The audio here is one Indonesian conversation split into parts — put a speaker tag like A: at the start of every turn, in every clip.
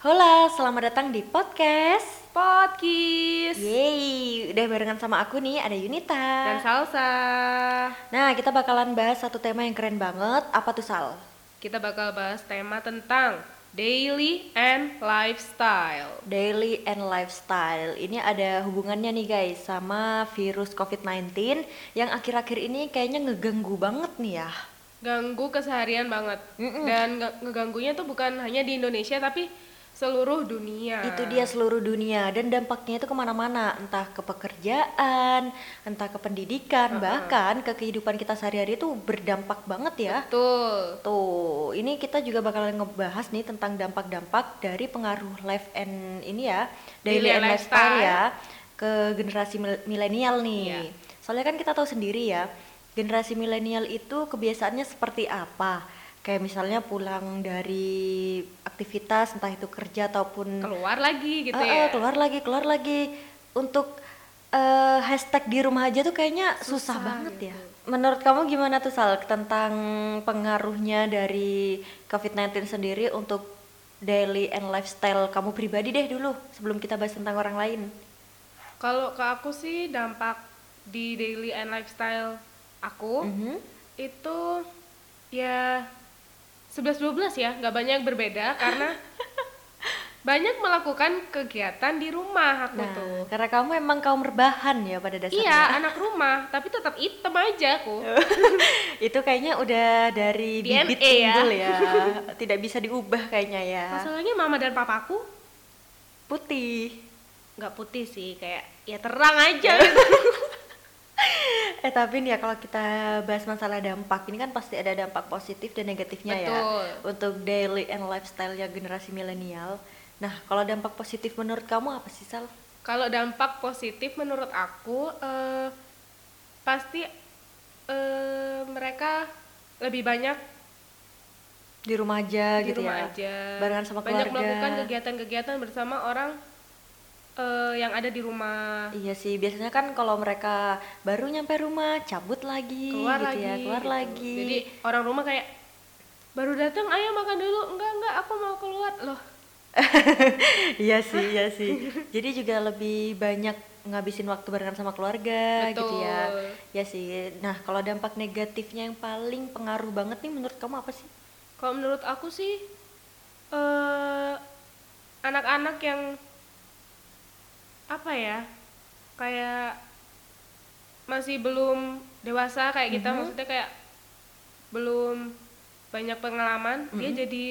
A: Hola, selamat datang di podcast.
B: Podcast
A: Yeay, udah barengan sama aku nih ada Yunita.
B: Iya. dan salsa.
A: Nah, kita bakalan bahas satu tema yang keren banget. Apa tuh Sal?
B: Kita bakal bahas tema tentang daily and lifestyle.
A: Daily and lifestyle. Ini ada hubungannya nih guys sama virus COVID-19 yang akhir-akhir ini kayaknya ngeganggu banget nih ya.
B: Ganggu keseharian banget. Dan nge- ngeganggunya tuh bukan hanya di Indonesia tapi seluruh dunia.
A: Itu dia seluruh dunia dan dampaknya itu kemana-mana, entah ke pekerjaan, entah ke pendidikan, bahkan ke kehidupan kita sehari-hari itu berdampak banget ya.
B: Betul.
A: Tuh, ini kita juga bakalan ngebahas nih tentang dampak-dampak dari pengaruh life and ini ya, daily
B: Daily
A: and lifestyle
B: lifestyle.
A: ya ke generasi mil- milenial nih. Soalnya kan kita tahu sendiri ya, generasi milenial itu kebiasaannya seperti apa? Kayak misalnya pulang dari aktivitas entah itu kerja ataupun
B: Keluar lagi gitu
A: Eh, eh,
B: ya.
A: Mm. keluar lagi, keluar lagi untuk eh, hashtag di rumah aja tuh kayaknya susah, banget
B: gitu.
A: ya. Menurut kamu gimana tuh Sal tentang pengaruhnya dari COVID-19 sendiri untuk daily and lifestyle kamu pribadi deh dulu sebelum kita bahas tentang orang lain.
B: Kalau ke aku sih dampak di daily and lifestyle aku
A: Mhm.
B: itu ya 11-12 ya, nggak banyak berbeda karena banyak melakukan kegiatan di rumah aku
A: Nah,
B: tuh.
A: karena kamu emang kaum rebahan ya pada dasarnya.
B: Iya, anak rumah, tapi tetap item aja aku. Nah,
A: Itu kayaknya udah dari
B: DNA
A: bibit
B: ya.
A: unggul ya. Tidak bisa diubah kayaknya ya.
B: Masalahnya mama dan papaku
A: Putih.
B: nggak putih sih, kayak ya terang aja gitu.
A: Eh tapi nih ya kalau kita bahas masalah dampak ini kan pasti ada dampak positif dan negatifnya
B: Betul.
A: ya untuk daily and lifestyle ya generasi milenial. Nah kalau dampak positif menurut kamu apa sih Sal?
B: Kalau dampak positif menurut aku eh, pasti eh, mereka lebih banyak
A: Di rumah aja
B: di
A: gitu ya?
B: rumah aja.
A: Barengan sama
B: Banyak
A: keluarga.
B: melakukan kegiatan-kegiatan bersama orang eh, yang ada di rumah.
A: Iya sih biasanya kan kalau mereka baru nyampe rumah cabut lagi
B: keluar
A: gitu
B: lagi
A: ya keluar
B: gitu.
A: lagi.
B: jadi orang rumah kayak baru datang ayo makan dulu enggak enggak aku mau keluar loh
A: iya sih iya sih. Jadi juga lebih banyak ngabisin waktu barengan sama keluarga gitu ya.
B: Betul.
A: Ya sih. Nah, kalau dampak negatifnya yang paling pengaruh banget nih menurut kamu apa sih?
B: kalau menurut aku sih eh anak-anak yang apa ya kayak masih belum dewasa
A: Mm-hmm.
B: kayak kita maksudnya kayak belum banyak pengalaman dia
A: Mm-hmm.
B: jadi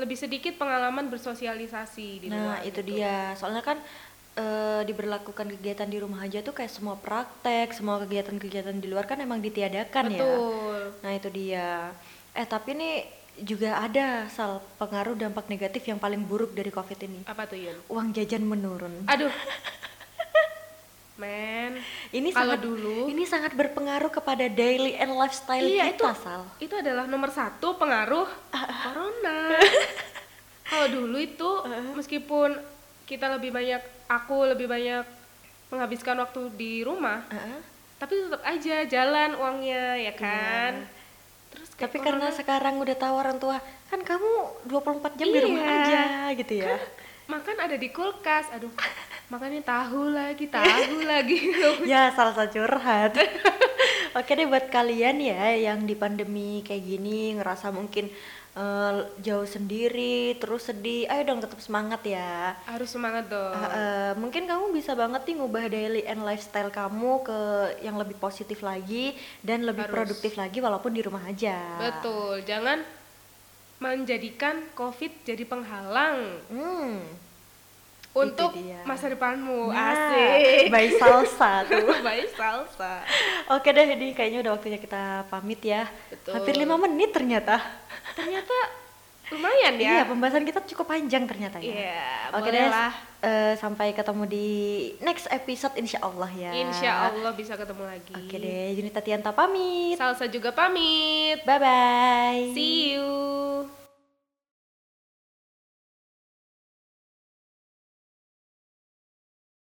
B: lebih sedikit pengalaman bersosialisasi di
A: nah,
B: luar
A: itu
B: gitu.
A: dia. Soalnya kan eh, diberlakukan kegiatan di rumah aja tuh kayak semua praktek, semua kegiatan-kegiatan di luar kan emang ditiadakan ya.
B: betul
A: Nah itu dia. Eh tapi ini juga ada sal pengaruh dampak negatif yang paling buruk dari covid ini.
B: apa tuh Yun
A: Uang jajan menurun.
B: Aduh. Men.
A: Ini
B: Kalau
A: sangat
B: dulu-
A: ini sangat berpengaruh kepada daily and lifestyle
B: Iya itu
A: kita sal.
B: itu adalah nomor satu pengaruh corona. Kalau dulu itu meskipun kita lebih banyak aku lebih banyak menghabiskan waktu di rumah,
A: Heeh.
B: tapi tetap aja jalan uangnya
A: Iya.
B: ya kan. Terus kayak
A: Tapi karena
B: corona,
A: sekarang udah tahu orang tua, kan kamu 24 jam di rumah
B: Iya.
A: aja gitu ya.
B: makan ada di kulkas, aduh makannya tahu lagi tahu lagi.
A: Ya, salsa curhat. Oke deh buat kalian ya yang di pandemi kayak gini ngerasa mungkin eh, jauh sendiri, terus sedih. Ayo dong tetap semangat ya.
B: Harus semangat dong.
A: Eh, eh, mungkin kamu bisa banget nih ngubah daily and lifestyle kamu ke yang lebih positif lagi dan lebih
B: Harus.
A: produktif lagi walaupun di rumah aja.
B: Betul, jangan menjadikan COVID jadi penghalang
A: Hmm.
B: untuk
A: dia.
B: masa depanmu.
A: Nah,
B: Oh, Asik.
A: by salsa tuh.
B: Baik salsa.
A: Oke deh, ini kayaknya udah waktunya kita pamit ya.
B: Betul.
A: Hampir lima menit ternyata.
B: Ternyata lumayan ya.
A: Iya, pembahasan kita cukup panjang ternyata ya.
B: Iya,
A: Oke deh,
B: boleh lah.
A: eh, sampai ketemu di next episode insya Allah ya.
B: Insya Allah bisa ketemu lagi.
A: Oke deh, Junita Tianta pamit.
B: Salsa juga pamit.
A: Bye-bye.
B: See you.